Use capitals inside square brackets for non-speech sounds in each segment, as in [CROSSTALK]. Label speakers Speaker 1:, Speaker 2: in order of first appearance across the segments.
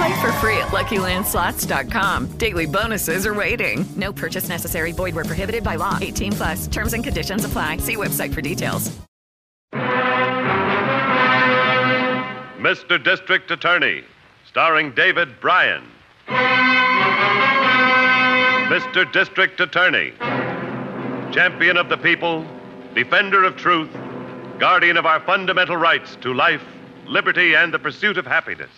Speaker 1: Play for free at LuckyLandSlots.com. Daily bonuses are waiting.
Speaker 2: No purchase necessary. Void where prohibited by law. 18 plus. Terms and conditions apply. See website for details.
Speaker 3: Mr. District Attorney, starring David Bryan. Mr. District Attorney, champion of the people, defender of truth, guardian of our fundamental rights to life, liberty, and the pursuit of happiness.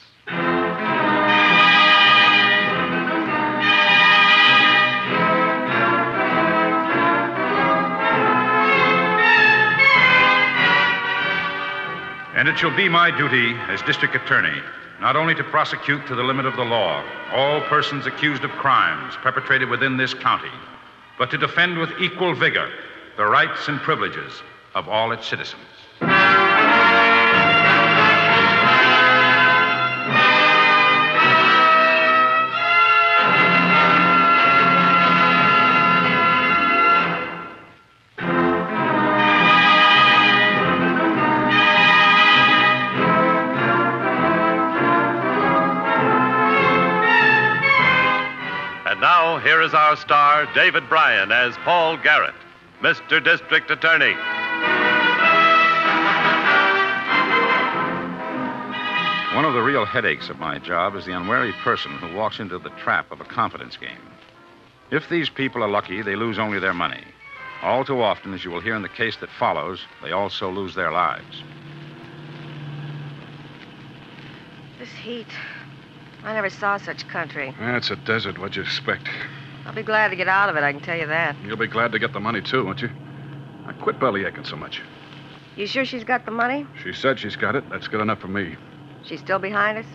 Speaker 4: And it shall be my duty as district attorney not only to prosecute to the limit of the law all persons accused of crimes perpetrated within this county, but to defend with equal vigor the rights and privileges of all its citizens.
Speaker 3: And now, here is our star, David Bryan, as Paul Garrett, Mr. District Attorney.
Speaker 4: One of the real headaches of my job is the unwary person who walks into the trap of a confidence game. If these people are lucky, they lose only their money. All too often, as you will hear in the case that follows, they also lose their lives.
Speaker 5: This heat. I never saw such country.
Speaker 6: That's a desert. What'd you expect?
Speaker 5: I'll be glad to get out of it, I can tell you that.
Speaker 6: You'll be glad to get the money, too, won't you? Now, quit belly aching so much.
Speaker 5: You sure she's got the money?
Speaker 6: She said she's got it. That's good enough for me.
Speaker 5: She's still behind us?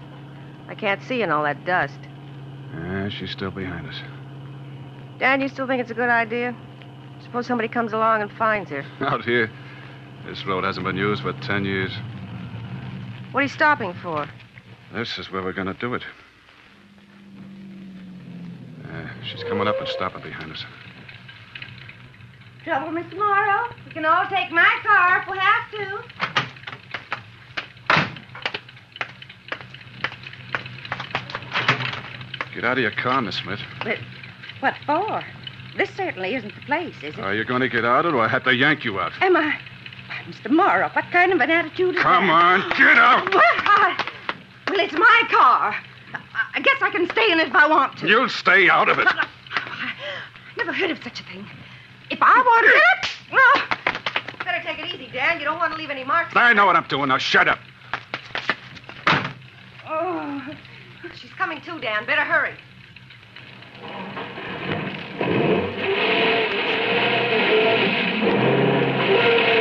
Speaker 5: I can't see in all that dust.
Speaker 6: Yeah, Ah, she's still behind us. [LAUGHS]
Speaker 5: Dan, you still think it's a good idea? Suppose somebody comes along and finds her.
Speaker 6: Out here, this road hasn't been used for ten years.
Speaker 5: What are you stopping for?
Speaker 6: This is where we're going to do it. Uh, she's coming up and stopping behind us.
Speaker 7: Trouble, Miss Morrow? We can all take my car if we have to.
Speaker 6: Get out of your car, Miss Smith.
Speaker 8: But what for? This certainly isn't the place, is it?
Speaker 6: Are you going to get out, or do I have to yank you out?
Speaker 8: Am I? Why, Mr. Morrow, what kind of an attitude is
Speaker 6: Come
Speaker 8: that?
Speaker 6: on, get out!
Speaker 8: Well, I- well, it's my car. I- I guess I can stay in it if I want to.
Speaker 6: You'll stay out of it.
Speaker 8: But I- Never heard of such a thing. If I wanted it, no.
Speaker 5: Better take it easy, Dan. You don't want to leave any marks.
Speaker 6: I know what I'm doing now. Shut up.
Speaker 5: Oh. She's coming too, Dan. Better hurry.
Speaker 6: Yeah,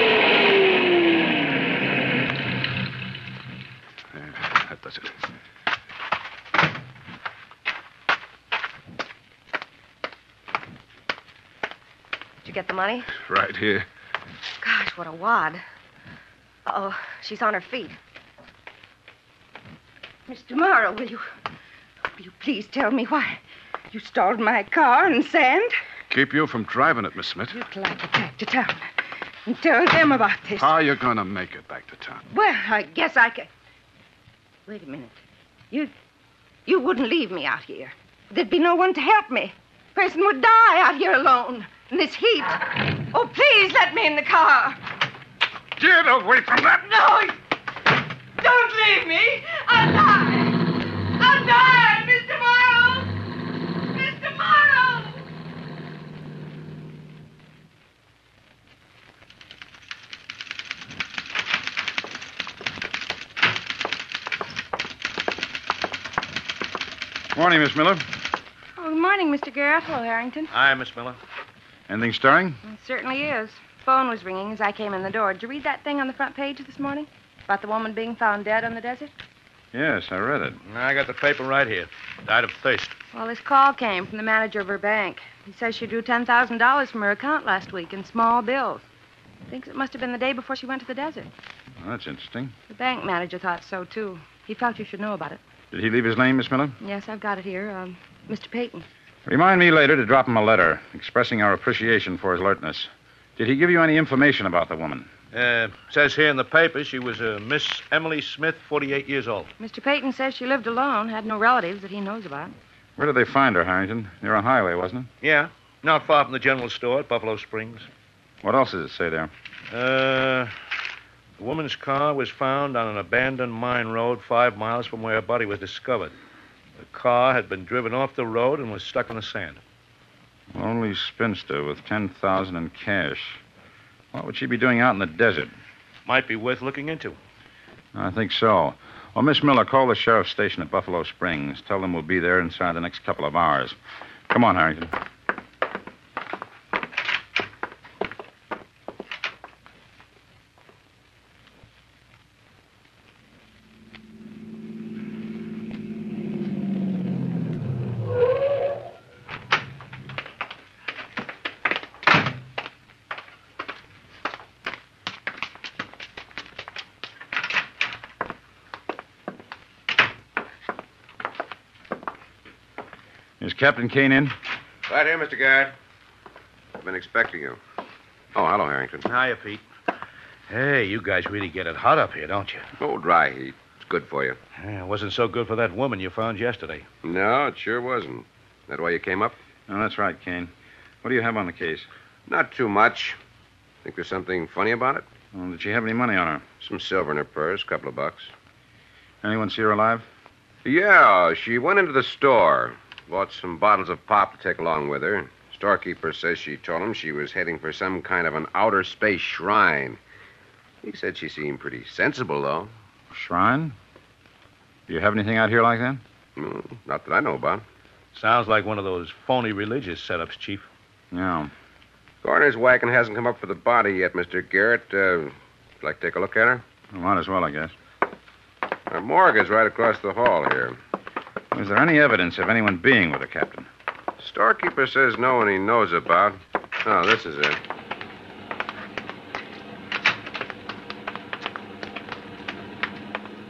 Speaker 6: Ah, that does it.
Speaker 5: Did you get the money?
Speaker 6: Right here.
Speaker 5: Gosh, what a wad. Oh, she's on her feet.
Speaker 8: Mr. Morrow, will you, will you please tell me why you stalled my car and sand?
Speaker 6: Keep you from driving it, Miss Smith.
Speaker 8: Till I get back to town and tell them about this.
Speaker 6: How are you going to make it back to town?
Speaker 8: Well, I guess I can. Wait a minute. You, you wouldn't leave me out here. There'd be no one to help me. Person would die out here alone in this heat. Oh, please let me in the car.
Speaker 6: Get away from that!
Speaker 8: No, don't leave me. I'll die. I'll die, Mr. Morrow. Mr. Morrow.
Speaker 4: Morning, Miss Miller.
Speaker 8: Oh, good morning, Mr. Garrett. Hello, Harrington.
Speaker 9: Hi, Miss Miller.
Speaker 4: Anything stirring?
Speaker 8: It certainly is. Phone was ringing as I came in the door. Did you read that thing on the front page this morning? About the woman being found dead on the desert?
Speaker 4: Yes, I read it.
Speaker 9: I got the paper right here. Died of thirst.
Speaker 8: Well, this call came from the manager of her bank. He says she drew $10,000 from her account last week in small bills. Thinks it must have been the day before she went to the desert.
Speaker 4: Well, that's interesting.
Speaker 8: The bank manager thought so, too. He felt you should know about it.
Speaker 4: Did he leave his name, Miss Miller?
Speaker 8: Yes, I've got it here. Um, Mr. Peyton.
Speaker 4: Remind me later to drop him a letter expressing our appreciation for his alertness. Did he give you any information about the woman?
Speaker 9: Uh, says here in the paper she was uh, Miss Emily Smith, 48 years old.
Speaker 8: Mr. Peyton says she lived alone, had no relatives that he knows about.
Speaker 4: Where did they find her, Harrington? Near a highway, wasn't
Speaker 9: Yeah, not far from the general store at Buffalo Springs.
Speaker 4: it? What else does it say there?
Speaker 9: Uh, the woman's car was found on an abandoned mine road five miles from where her body was discovered. The car had been driven off the road and was stuck in the sand.
Speaker 4: Lonely spinster with 10000 in cash. What would she be doing out in the desert?
Speaker 9: Might be worth looking into.
Speaker 4: I think so. Well, Miss Miller, call the sheriff's station at Buffalo Springs. Tell them we'll be there inside the next couple of hours. Come on, Harrington. Is Captain Kane in?
Speaker 3: Right here, Mr. Guard. I've been expecting you. Oh, hello, Harrington.
Speaker 9: Hiya, Pete. Hey, you guys really get it hot up here, don't you?
Speaker 3: Oh, dry heat. It's good for you.
Speaker 9: Yeah, it wasn't so good for that woman you found yesterday.
Speaker 3: No, it sure wasn't. That why you came up?
Speaker 4: No, Oh, that's right, Kane. What do you have on the case?
Speaker 3: Not too much. Think there's something funny about it?
Speaker 4: Well, did she have any money on her?
Speaker 3: Some silver in her purse, couple of bucks.
Speaker 4: Anyone see her alive?
Speaker 3: Yeah, she went into the store, bought some bottles of pop to take along with her. Storekeeper says she told him she was heading for some kind of an outer space shrine. He said she seemed pretty sensible, though.
Speaker 4: Shrine? Do you have anything out here like that?
Speaker 3: Mm, not that I know about.
Speaker 9: Sounds like one of those phony religious setups, Chief.
Speaker 4: No.
Speaker 3: Coroner's wagon hasn't come up for the body yet, Mr. Garrett. Uh, would you like to take a look at her?
Speaker 4: Might as well, I guess.
Speaker 3: Our morgue is right across the hall here.
Speaker 4: Is there any evidence of anyone being with her, Captain?
Speaker 3: Storekeeper says no one he knows about. Oh, this is it.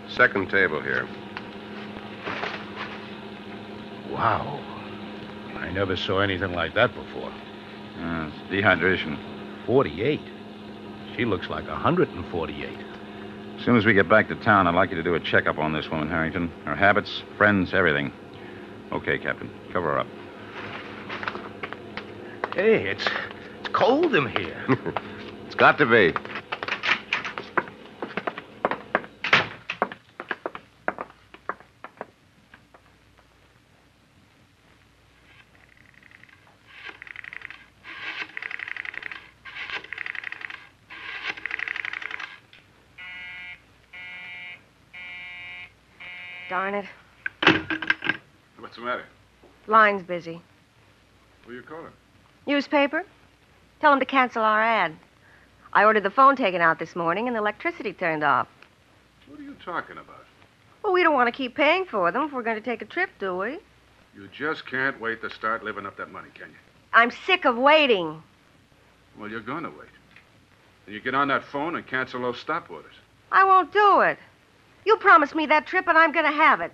Speaker 3: Second table here.
Speaker 9: Wow. I never saw anything like that before.
Speaker 4: Uh, it's dehydration.
Speaker 9: 48. She looks like 148.
Speaker 4: As soon as we get back to town, I'd like you to do a checkup on this woman, Harrington. Her habits, friends, everything. Okay, Captain. Cover her up.
Speaker 9: Hey, it's it's cold in here.
Speaker 10: [LAUGHS]
Speaker 3: It's got to be.
Speaker 11: Darn it.
Speaker 10: What's the matter?
Speaker 11: Line's busy.
Speaker 10: Who you calling?
Speaker 11: Newspaper? Tell them to cancel our ad. I ordered the phone taken out this morning and the electricity turned off.
Speaker 10: What are you talking about?
Speaker 11: Well, we don't want to keep paying for them if we're going to take a trip, do we?
Speaker 10: You just can't wait to start living up that money, can you?
Speaker 11: I'm sick of waiting.
Speaker 10: Well, you're going to wait. And you get on that phone and cancel those stop orders.
Speaker 11: I won't do it. You promised me that trip and I'm going to have it.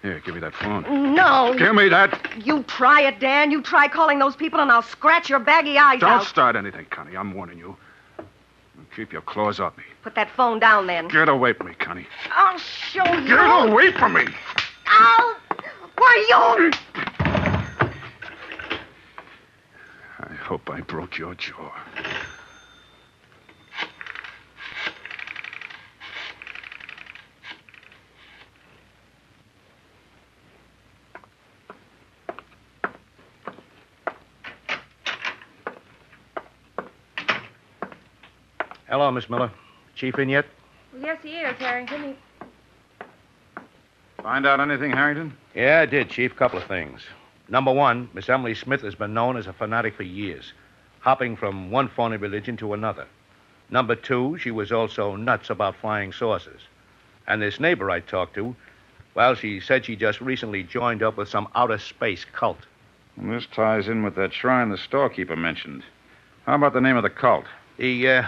Speaker 10: Here, give me that phone.
Speaker 11: No.
Speaker 10: Give me that.
Speaker 11: You try it, Dan. You try calling those people and I'll scratch your baggy eyes
Speaker 10: Don't
Speaker 11: out.
Speaker 10: start anything, Connie. I'm warning you. And Keep your claws off me.
Speaker 11: Put that phone down then.
Speaker 10: Get away from me, Connie.
Speaker 11: I'll show you.
Speaker 10: Get away from me.
Speaker 11: I'll... Why, you...
Speaker 10: I hope I broke your jaw.
Speaker 9: Hello, Miss Miller. Chief in yet?
Speaker 8: Well, yes, he is, Harrington. He...
Speaker 3: Find out anything, Harrington?
Speaker 9: Yeah, I did, Chief. Couple of things. Number one, Miss Emily Smith has been known as a fanatic for years, hopping from one phony religion to another. Number two, she was also nuts about flying saucers. And this neighbor I talked to, well, she said she just recently joined up with some outer space cult.
Speaker 3: And this ties in with that shrine the storekeeper mentioned. How about the name of the cult?
Speaker 9: The, uh,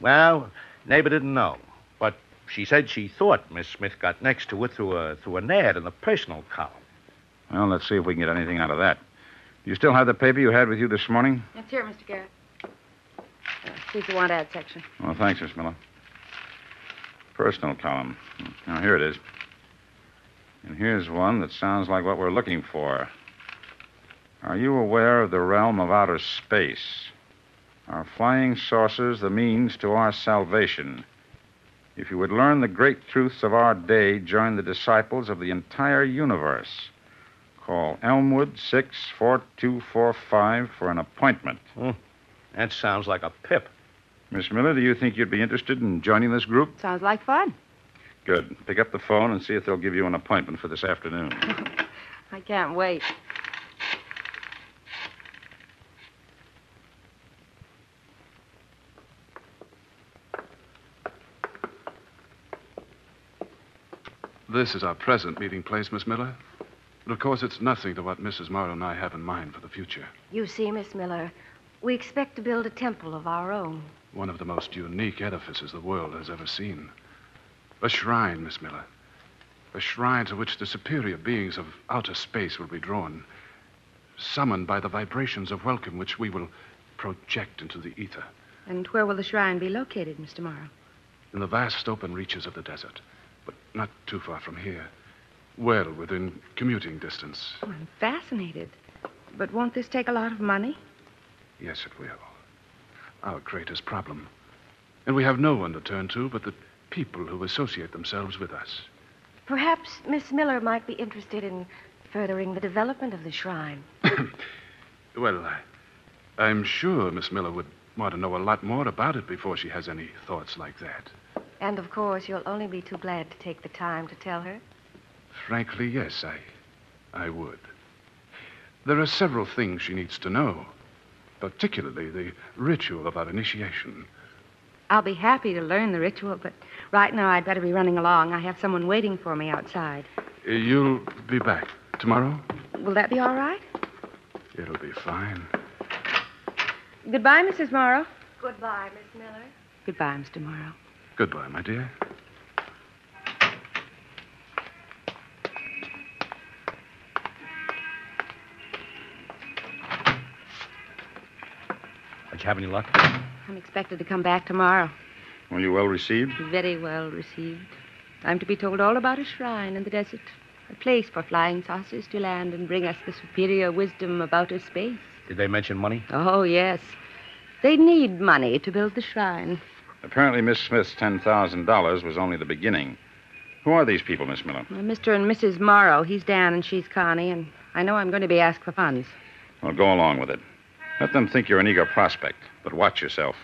Speaker 9: well, neighbor didn't know. But she said she thought Miss Smith got next to it through, a, through an ad in the personal column.
Speaker 3: Well, let's see if we can get anything out of that. Do you still have the paper you had with you this morning?
Speaker 8: It's here, Mr. Garrett. Uh, Here's the want ad section.
Speaker 3: Well, thanks, Miss Miller. Personal column. Now, here it is. And here's one that sounds like what we're looking for. Are you aware of the realm of outer space? Are flying saucers the means to our salvation? If you would learn the great truths of our day, join the disciples of the entire universe. Call Elmwood 64245 for an appointment.
Speaker 9: That sounds like a pip.
Speaker 3: Miss Miller, do you think you'd be interested in joining this group?
Speaker 8: Sounds like fun.
Speaker 3: Good. Pick up the phone and see if they'll give you an appointment for this afternoon.
Speaker 8: I can't wait.
Speaker 4: This is our present meeting place, Miss Miller. But of course, it's nothing to what Mrs. Morrow and I have in mind for the future.
Speaker 12: You see, Miss Miller, we expect to build a temple of our own.
Speaker 4: One of the most unique edifices the world has ever seen. A shrine, Miss Miller. A shrine to which the superior beings of outer space will be drawn, summoned by the vibrations of welcome which we will project into the ether.
Speaker 8: And where will the shrine be located, Mr. Morrow?
Speaker 4: in the vast open reaches of the desert, but not too far from here. Well within commuting distance.
Speaker 8: Oh, I'm fascinated. But won't this take a lot of money?
Speaker 4: Yes, it will. Our greatest problem. And we have no one to turn to but the people who associate themselves with us.
Speaker 12: Perhaps Miss Miller might be interested in furthering the development of the shrine.
Speaker 4: Well, I, I'm sure Miss Miller would want to know a lot more about it before she has any thoughts like that.
Speaker 12: And of course, you'll only be too glad to take the time to tell her.
Speaker 4: Frankly, yes, I, I would. There are several things she needs to know, particularly the ritual of our initiation.
Speaker 8: I'll be happy to learn the ritual, but right now I'd better be running along. I have someone waiting for me outside.
Speaker 4: Uh, You'll be back tomorrow?
Speaker 8: Will that be all right?
Speaker 4: It'll be fine.
Speaker 8: Goodbye, Mrs. Morrow.
Speaker 12: Goodbye, Miss Miller.
Speaker 8: Goodbye, Mr. Morrow.
Speaker 4: Goodbye, my dear.
Speaker 9: Did you have any luck?
Speaker 8: I'm expected to come back tomorrow.
Speaker 3: Were you well received?
Speaker 8: Very well received. I'm to be told all about a shrine in the desert, a place for flying saucers to land and bring us the superior wisdom of outer space.
Speaker 9: Did they mention money?
Speaker 8: Oh, yes. They need money to build the shrine.
Speaker 3: Apparently, Miss Smith's $10,000 was only the beginning. Who are these people, Miss Miller?
Speaker 8: Uh, Mr. and Mrs. Morrow, he's Dan and she's Connie, and I know I'm going to be asked for funds.
Speaker 3: Well, go along with it. Let them think you're an eager prospect, but watch yourself.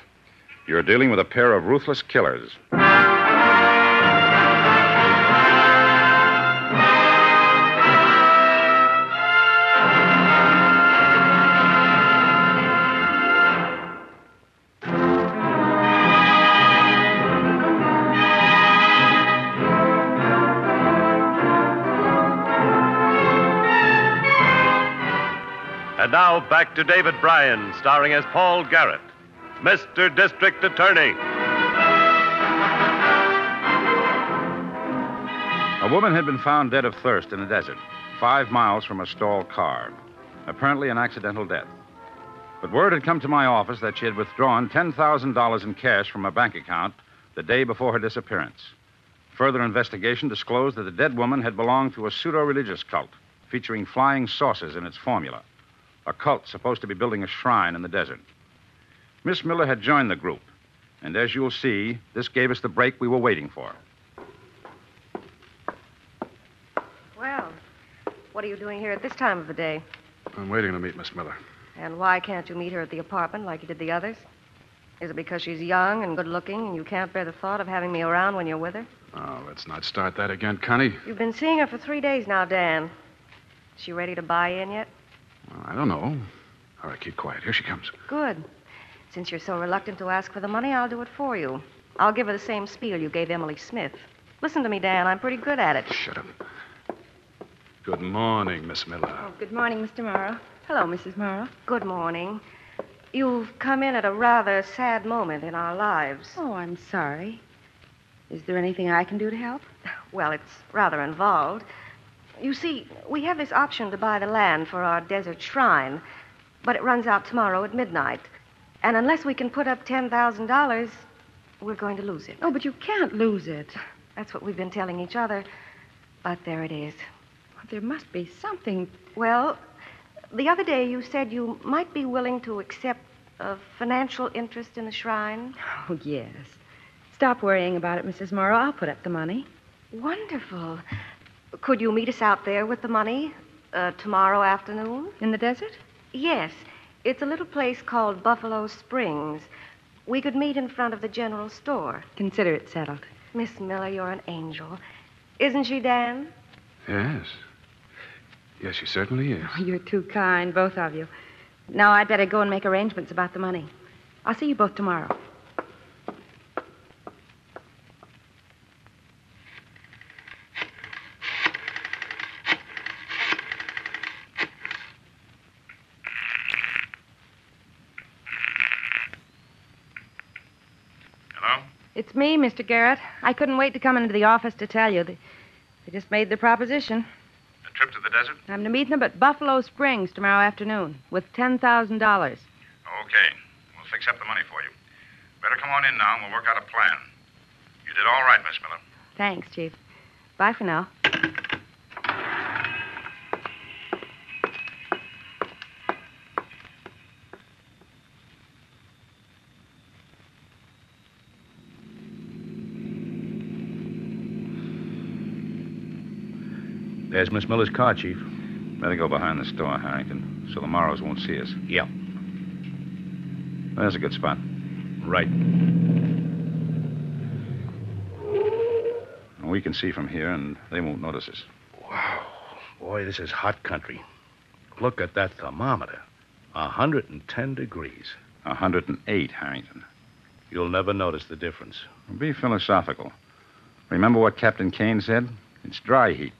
Speaker 3: You're dealing with a pair of ruthless killers.
Speaker 13: And now back to David Bryan, starring as Paul Garrett, Mr. District Attorney.
Speaker 3: A woman had been found dead of thirst in the desert, five miles from a stalled car. Apparently, an accidental death. But word had come to my office that she had withdrawn $10,000 in cash from her bank account the day before her disappearance. Further investigation disclosed that the dead woman had belonged to a pseudo religious cult featuring flying saucers in its formula, a cult supposed to be building a shrine in the desert. Miss Miller had joined the group, and as you'll see, this gave us the break we were waiting for.
Speaker 12: Well, what are you doing here at this time of the day?
Speaker 4: I'm waiting to meet Miss Miller.
Speaker 12: And why can't you meet her at the apartment like you did the others? Is it because she's young and good looking and you can't bear the thought of having me around when you're with her?
Speaker 14: Oh, let's not start that again, Connie.
Speaker 8: You've been seeing her for three days now, Dan. Is she ready to buy in yet?
Speaker 14: Well, I don't know. All right, keep quiet. Here she comes.
Speaker 8: Good. Since you're so reluctant to ask for the money, I'll do it for you. I'll give her the same spiel you gave Emily Smith. Listen to me, Dan. I'm pretty good at it.
Speaker 14: Shut up. Good morning, Miss Miller.
Speaker 7: Oh, good morning, Mr. Morrow. Hello, Mrs. Morrow.
Speaker 8: Good morning. You've come in at a rather sad moment in our lives.
Speaker 7: Oh, I'm sorry. Is there anything I can do to help?
Speaker 8: Well, it's rather involved. You see, we have this option to buy the land for our desert shrine, but it runs out tomorrow at midnight. And unless we can put up $10,000, we're going to lose it.
Speaker 7: Oh, but you can't lose it.
Speaker 8: That's what we've been telling each other. But there it is.
Speaker 7: There must be something.
Speaker 8: Well, the other day you said you might be willing to accept a financial interest in the shrine.
Speaker 7: Oh, yes. Stop worrying about it, Mrs. Morrow. I'll put up the money.
Speaker 8: Wonderful. Could you meet us out there with the money uh, tomorrow afternoon?
Speaker 7: In the desert?
Speaker 8: Yes. It's a little place called Buffalo Springs. We could meet in front of the general store.
Speaker 7: Consider it settled.
Speaker 8: Miss Miller, you're an angel. Isn't she, Dan?
Speaker 14: Yes. Yes, she certainly is.
Speaker 7: Oh, you're too kind, both of you. Now I'd better go and make arrangements about the money. I'll see you both tomorrow.
Speaker 15: Hello?
Speaker 7: It's me, Mr. Garrett. I couldn't wait to come into the office to tell you. They, they just made the proposition.
Speaker 15: A trip to the desert?
Speaker 7: I'm to meet them at Buffalo Springs tomorrow afternoon with $10,000.
Speaker 15: Okay. We'll fix up the money for you. Better come on in now and we'll work out a plan. You did all right, Miss Miller.
Speaker 7: Thanks, Chief. Bye for now.
Speaker 3: There's Miss Miller's car, Chief.
Speaker 4: Better go behind the store, Harrington, so the Morrows won't see us.
Speaker 3: Yeah.
Speaker 4: There's a good spot.
Speaker 3: Right.
Speaker 4: We can see from here, and they won't notice us.
Speaker 3: Wow. Boy, this is hot country. Look at that thermometer. a 110 degrees.
Speaker 4: A 108, Harrington.
Speaker 3: You'll never notice the difference.
Speaker 4: Be philosophical. Remember what Captain Kane said? It's dry heat.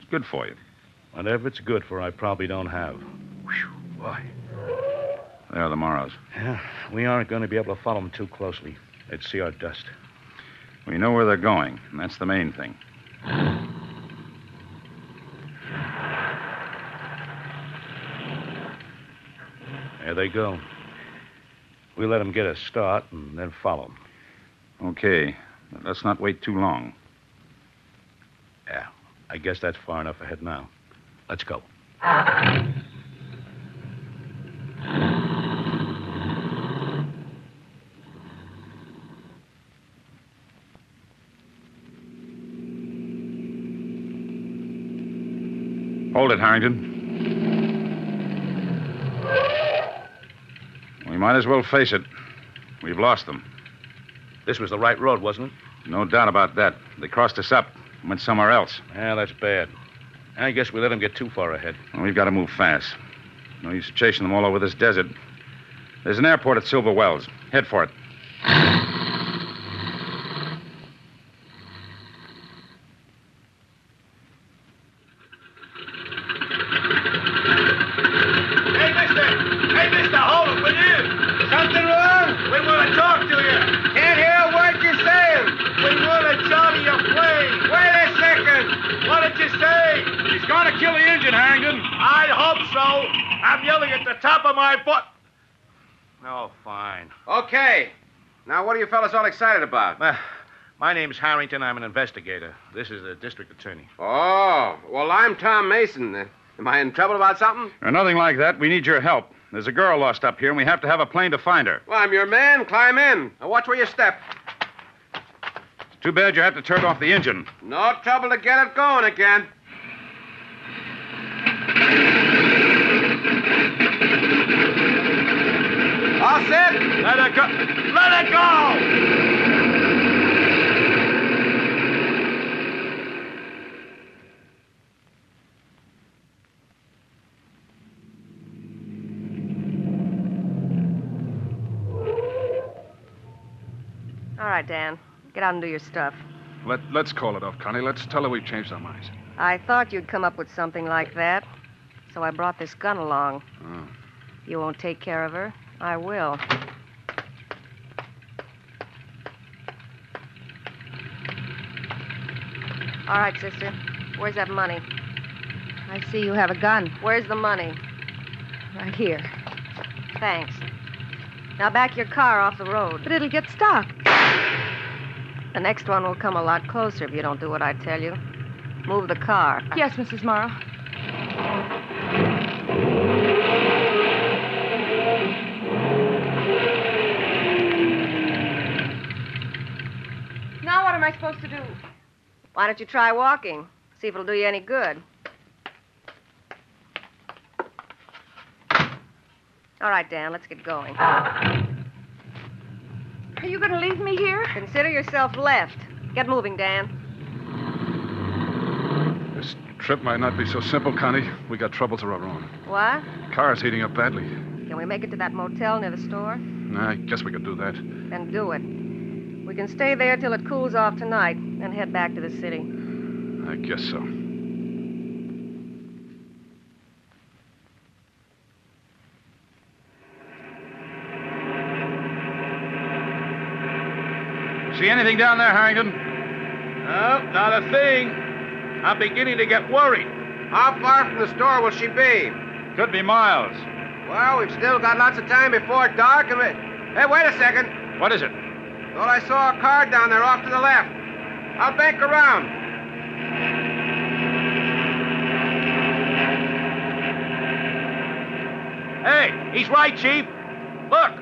Speaker 4: It's good for you.
Speaker 3: Whatever it's good for, I probably don't have. Whew, boy.
Speaker 4: There are the Morrows.
Speaker 3: Yeah, we aren't going to be able to follow them too closely. They'd see our dust.
Speaker 4: We know where they're going, and that's the main thing.
Speaker 3: There they go. We let them get a start and then follow them.
Speaker 4: Okay, but let's not wait too long.
Speaker 3: Yeah, I guess that's far enough ahead now. Let's go.
Speaker 4: Hold it, Harrington. We might as well face it. We've lost them.
Speaker 3: This was the right road, wasn't it?
Speaker 4: No doubt about that. They crossed us up, went somewhere else.
Speaker 3: Yeah, that's bad. I guess we let them get too far ahead.
Speaker 4: Well, we've got to move fast. No use chasing them all over this desert. There's an airport at Silver Wells. Head for it.
Speaker 16: Hey, mister! Hey, mister, hold it, will you? Something wrong? We want to talk to you. Can't hear a word you're saying. We want to charter your plane. Wait a second. What did you say? He's going to kill the engine, Harrington. I hope so. I'm yelling at the top of my voice.
Speaker 3: No, Oh, fine.
Speaker 17: Okay. Now, what are you fellas all excited about?
Speaker 3: Uh, my name's Harrington. I'm an investigator. This is the district attorney.
Speaker 17: Oh, well, I'm Tom Mason. Uh, Am I in trouble about something?
Speaker 4: Or nothing like that. We need your help. There's a girl lost up here, and we have to have a plane to find her.
Speaker 17: Well, I'm your man. Climb in. Now, watch where you step.
Speaker 4: It's too bad you have to turn off the engine.
Speaker 17: No trouble to get it going again. All set?
Speaker 16: Let her go. Let her go!
Speaker 8: All right, Dan. Get out and do your stuff.
Speaker 4: Let, let's call it off, Connie. Let's tell her we've changed our minds.
Speaker 8: I thought you'd come up with something like that, so I brought this gun along.
Speaker 4: Oh.
Speaker 8: You won't take care of her. I will. All right, sister. Where's that money?
Speaker 18: I see you have a gun.
Speaker 8: Where's the money?
Speaker 18: Right here.
Speaker 8: Thanks. Now back your car off the road.
Speaker 18: But it'll get stuck.
Speaker 8: The next one will come a lot closer if you don't do what I tell you. Move the car.
Speaker 19: Yes, Mrs. Morrow. Now what am I supposed to do?
Speaker 8: Why don't you try walking? See if it'll do you any good. All right, Dan, let's get going.
Speaker 19: Are you going to leave me here?
Speaker 8: Consider yourself left. Get moving, Dan.
Speaker 4: This trip might not be so simple, Connie. We got troubles of our own.
Speaker 8: What?
Speaker 4: Car's heating up badly.
Speaker 8: Can we make it to that motel near the store?
Speaker 4: I guess we could do that.
Speaker 8: Then do it. We can stay there till it cools off tonight, then head back to the city.
Speaker 4: I guess so.
Speaker 3: See anything down there, Harrington?
Speaker 20: No, not a thing. I'm beginning to get worried.
Speaker 21: How far from the store will she be?
Speaker 3: Could be miles.
Speaker 21: Well, we've still got lots of time before dark, and we... Hey, wait a second.
Speaker 3: What is it?
Speaker 21: Thought I saw a car down there off to the left. I'll bank around.
Speaker 20: Hey, he's right, Chief. Look,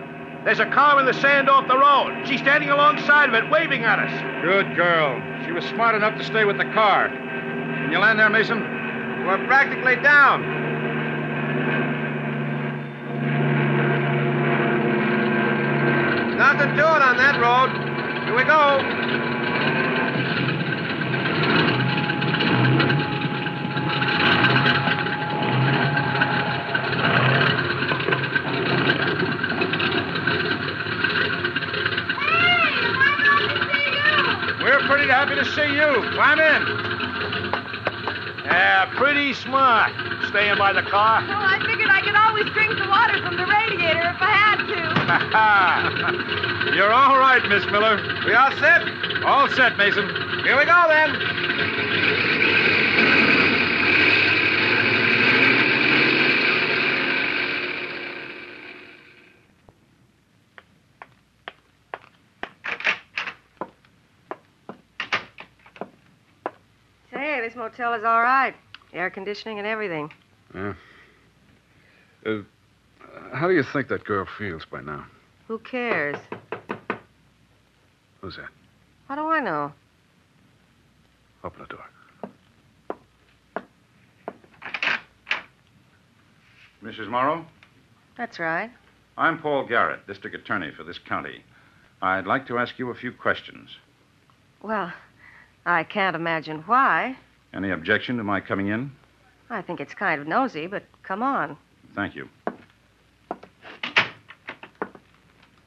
Speaker 20: there's a car in the sand off the road. She's standing alongside of it, waving at us.
Speaker 3: Good girl. She was smart enough to stay with the car. Can you land there, Mason?
Speaker 21: We're practically down. Nothing to it on that road. Here we go.
Speaker 3: We're pretty happy to see you. Climb in.
Speaker 20: Yeah, pretty smart. Staying by the car.
Speaker 19: Well, I figured I could always drink the water from the radiator if I had to.
Speaker 3: [LAUGHS] You're all right, Miss Miller.
Speaker 21: We all set?
Speaker 3: All set, Mason.
Speaker 21: Here we go, then.
Speaker 8: Say, this motel is all right. Air conditioning and everything.
Speaker 4: Yeah. Uh, how do you think that girl feels by now?
Speaker 8: Who cares?
Speaker 4: Who's that?
Speaker 8: How do I know?
Speaker 4: Open the door.
Speaker 3: Mrs. Morrow,
Speaker 8: That's right.
Speaker 3: I'm Paul Garrett, district attorney for this county. I'd like to ask you a few questions.
Speaker 8: Well, I can't imagine why.
Speaker 3: Any objection to my coming in?
Speaker 8: I think it's kind of nosy, but come on.
Speaker 3: Thank you.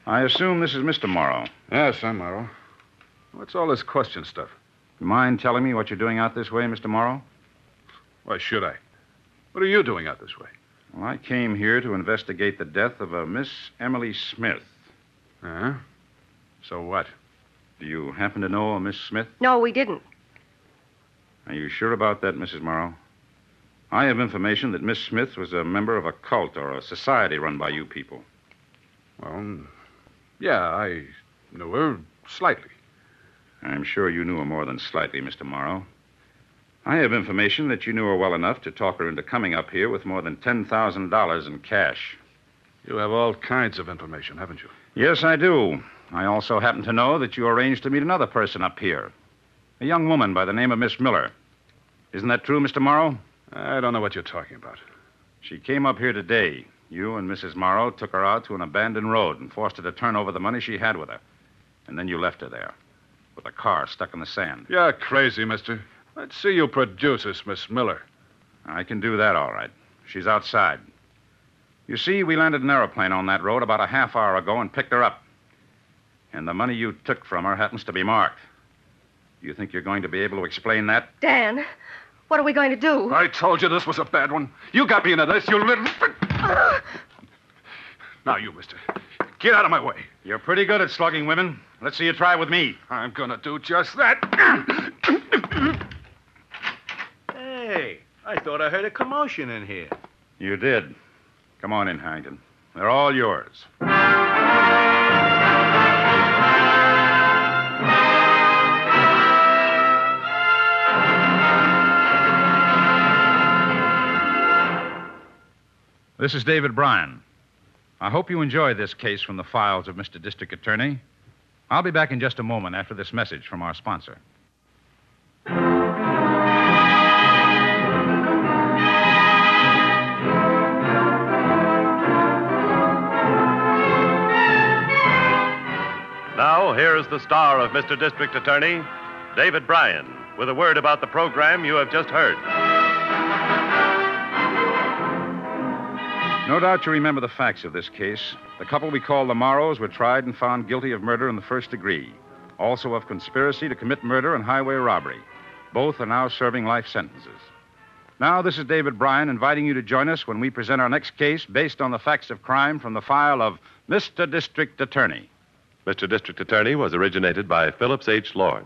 Speaker 3: I assume this is Mr. Morrow.
Speaker 4: Yes, I'm Morrow. What's all this question stuff?
Speaker 3: You mind telling me what you're doing out this way, Mr. Morrow?
Speaker 4: Why should I? What are you doing out this way?
Speaker 3: Well, I came here to investigate the death of a Miss Emily Smith.
Speaker 4: Huh?
Speaker 3: So what? Do you happen to know a Miss Smith?
Speaker 8: No, we didn't.
Speaker 3: Are you sure about that, Mrs. Morrow? I have information that Miss Smith was a member of a cult or a society run by you people.
Speaker 4: Well, yeah, I know her slightly.
Speaker 3: I'm sure you knew her more than slightly, Mr. Morrow. I have information that you knew her well enough to talk her into coming up here with more than $10,000 in cash.
Speaker 4: You have all kinds of information, haven't you?
Speaker 3: Yes, I do. I also happen to know that you arranged to meet another person up here a young woman by the name of Miss Miller. Isn't that true, Mr. Morrow?
Speaker 4: I don't know what you're talking about.
Speaker 3: She came up here today. You and Mrs. Morrow took her out to an abandoned road and forced her to turn over the money she had with her. And then you left her there, with a car stuck in the sand.
Speaker 4: You're crazy, mister. Let's see you produce this, Miss Miller.
Speaker 3: I can do that, all right. She's outside. You see, we landed an aeroplane on that road about a half hour ago and picked her up.
Speaker 4: And the money you took from her happens to be marked. You think you're going to be able to explain that?
Speaker 8: Dan, what are we going to do?
Speaker 14: I told you this was a bad one. You got me into this, you little. now, you, mister. Get out of my way.
Speaker 4: You're pretty good at slugging women. Let's see you try with me.
Speaker 14: I'm going to do just that.
Speaker 3: Hey, I thought I heard a commotion in here.
Speaker 4: You did. Come on in, Harrington. They're all yours.
Speaker 15: This is David Bryan. I hope you enjoy this case from the files of Mr. District Attorney. I'll be back in just a moment after this message from our sponsor.
Speaker 22: Now, here is the star of Mr. District Attorney, David Bryan, with a word about the program you have just heard.
Speaker 4: No doubt you remember the facts of this case. The couple we call the Morrows were tried and found guilty of murder in the first degree, also of conspiracy to commit murder and highway robbery. Both are now serving life sentences. Now, this is David Bryan inviting you to join us when we present our next case based on the facts of crime from the file of Mr. District Attorney.
Speaker 22: Mr. District Attorney was originated by Phillips H. Lord.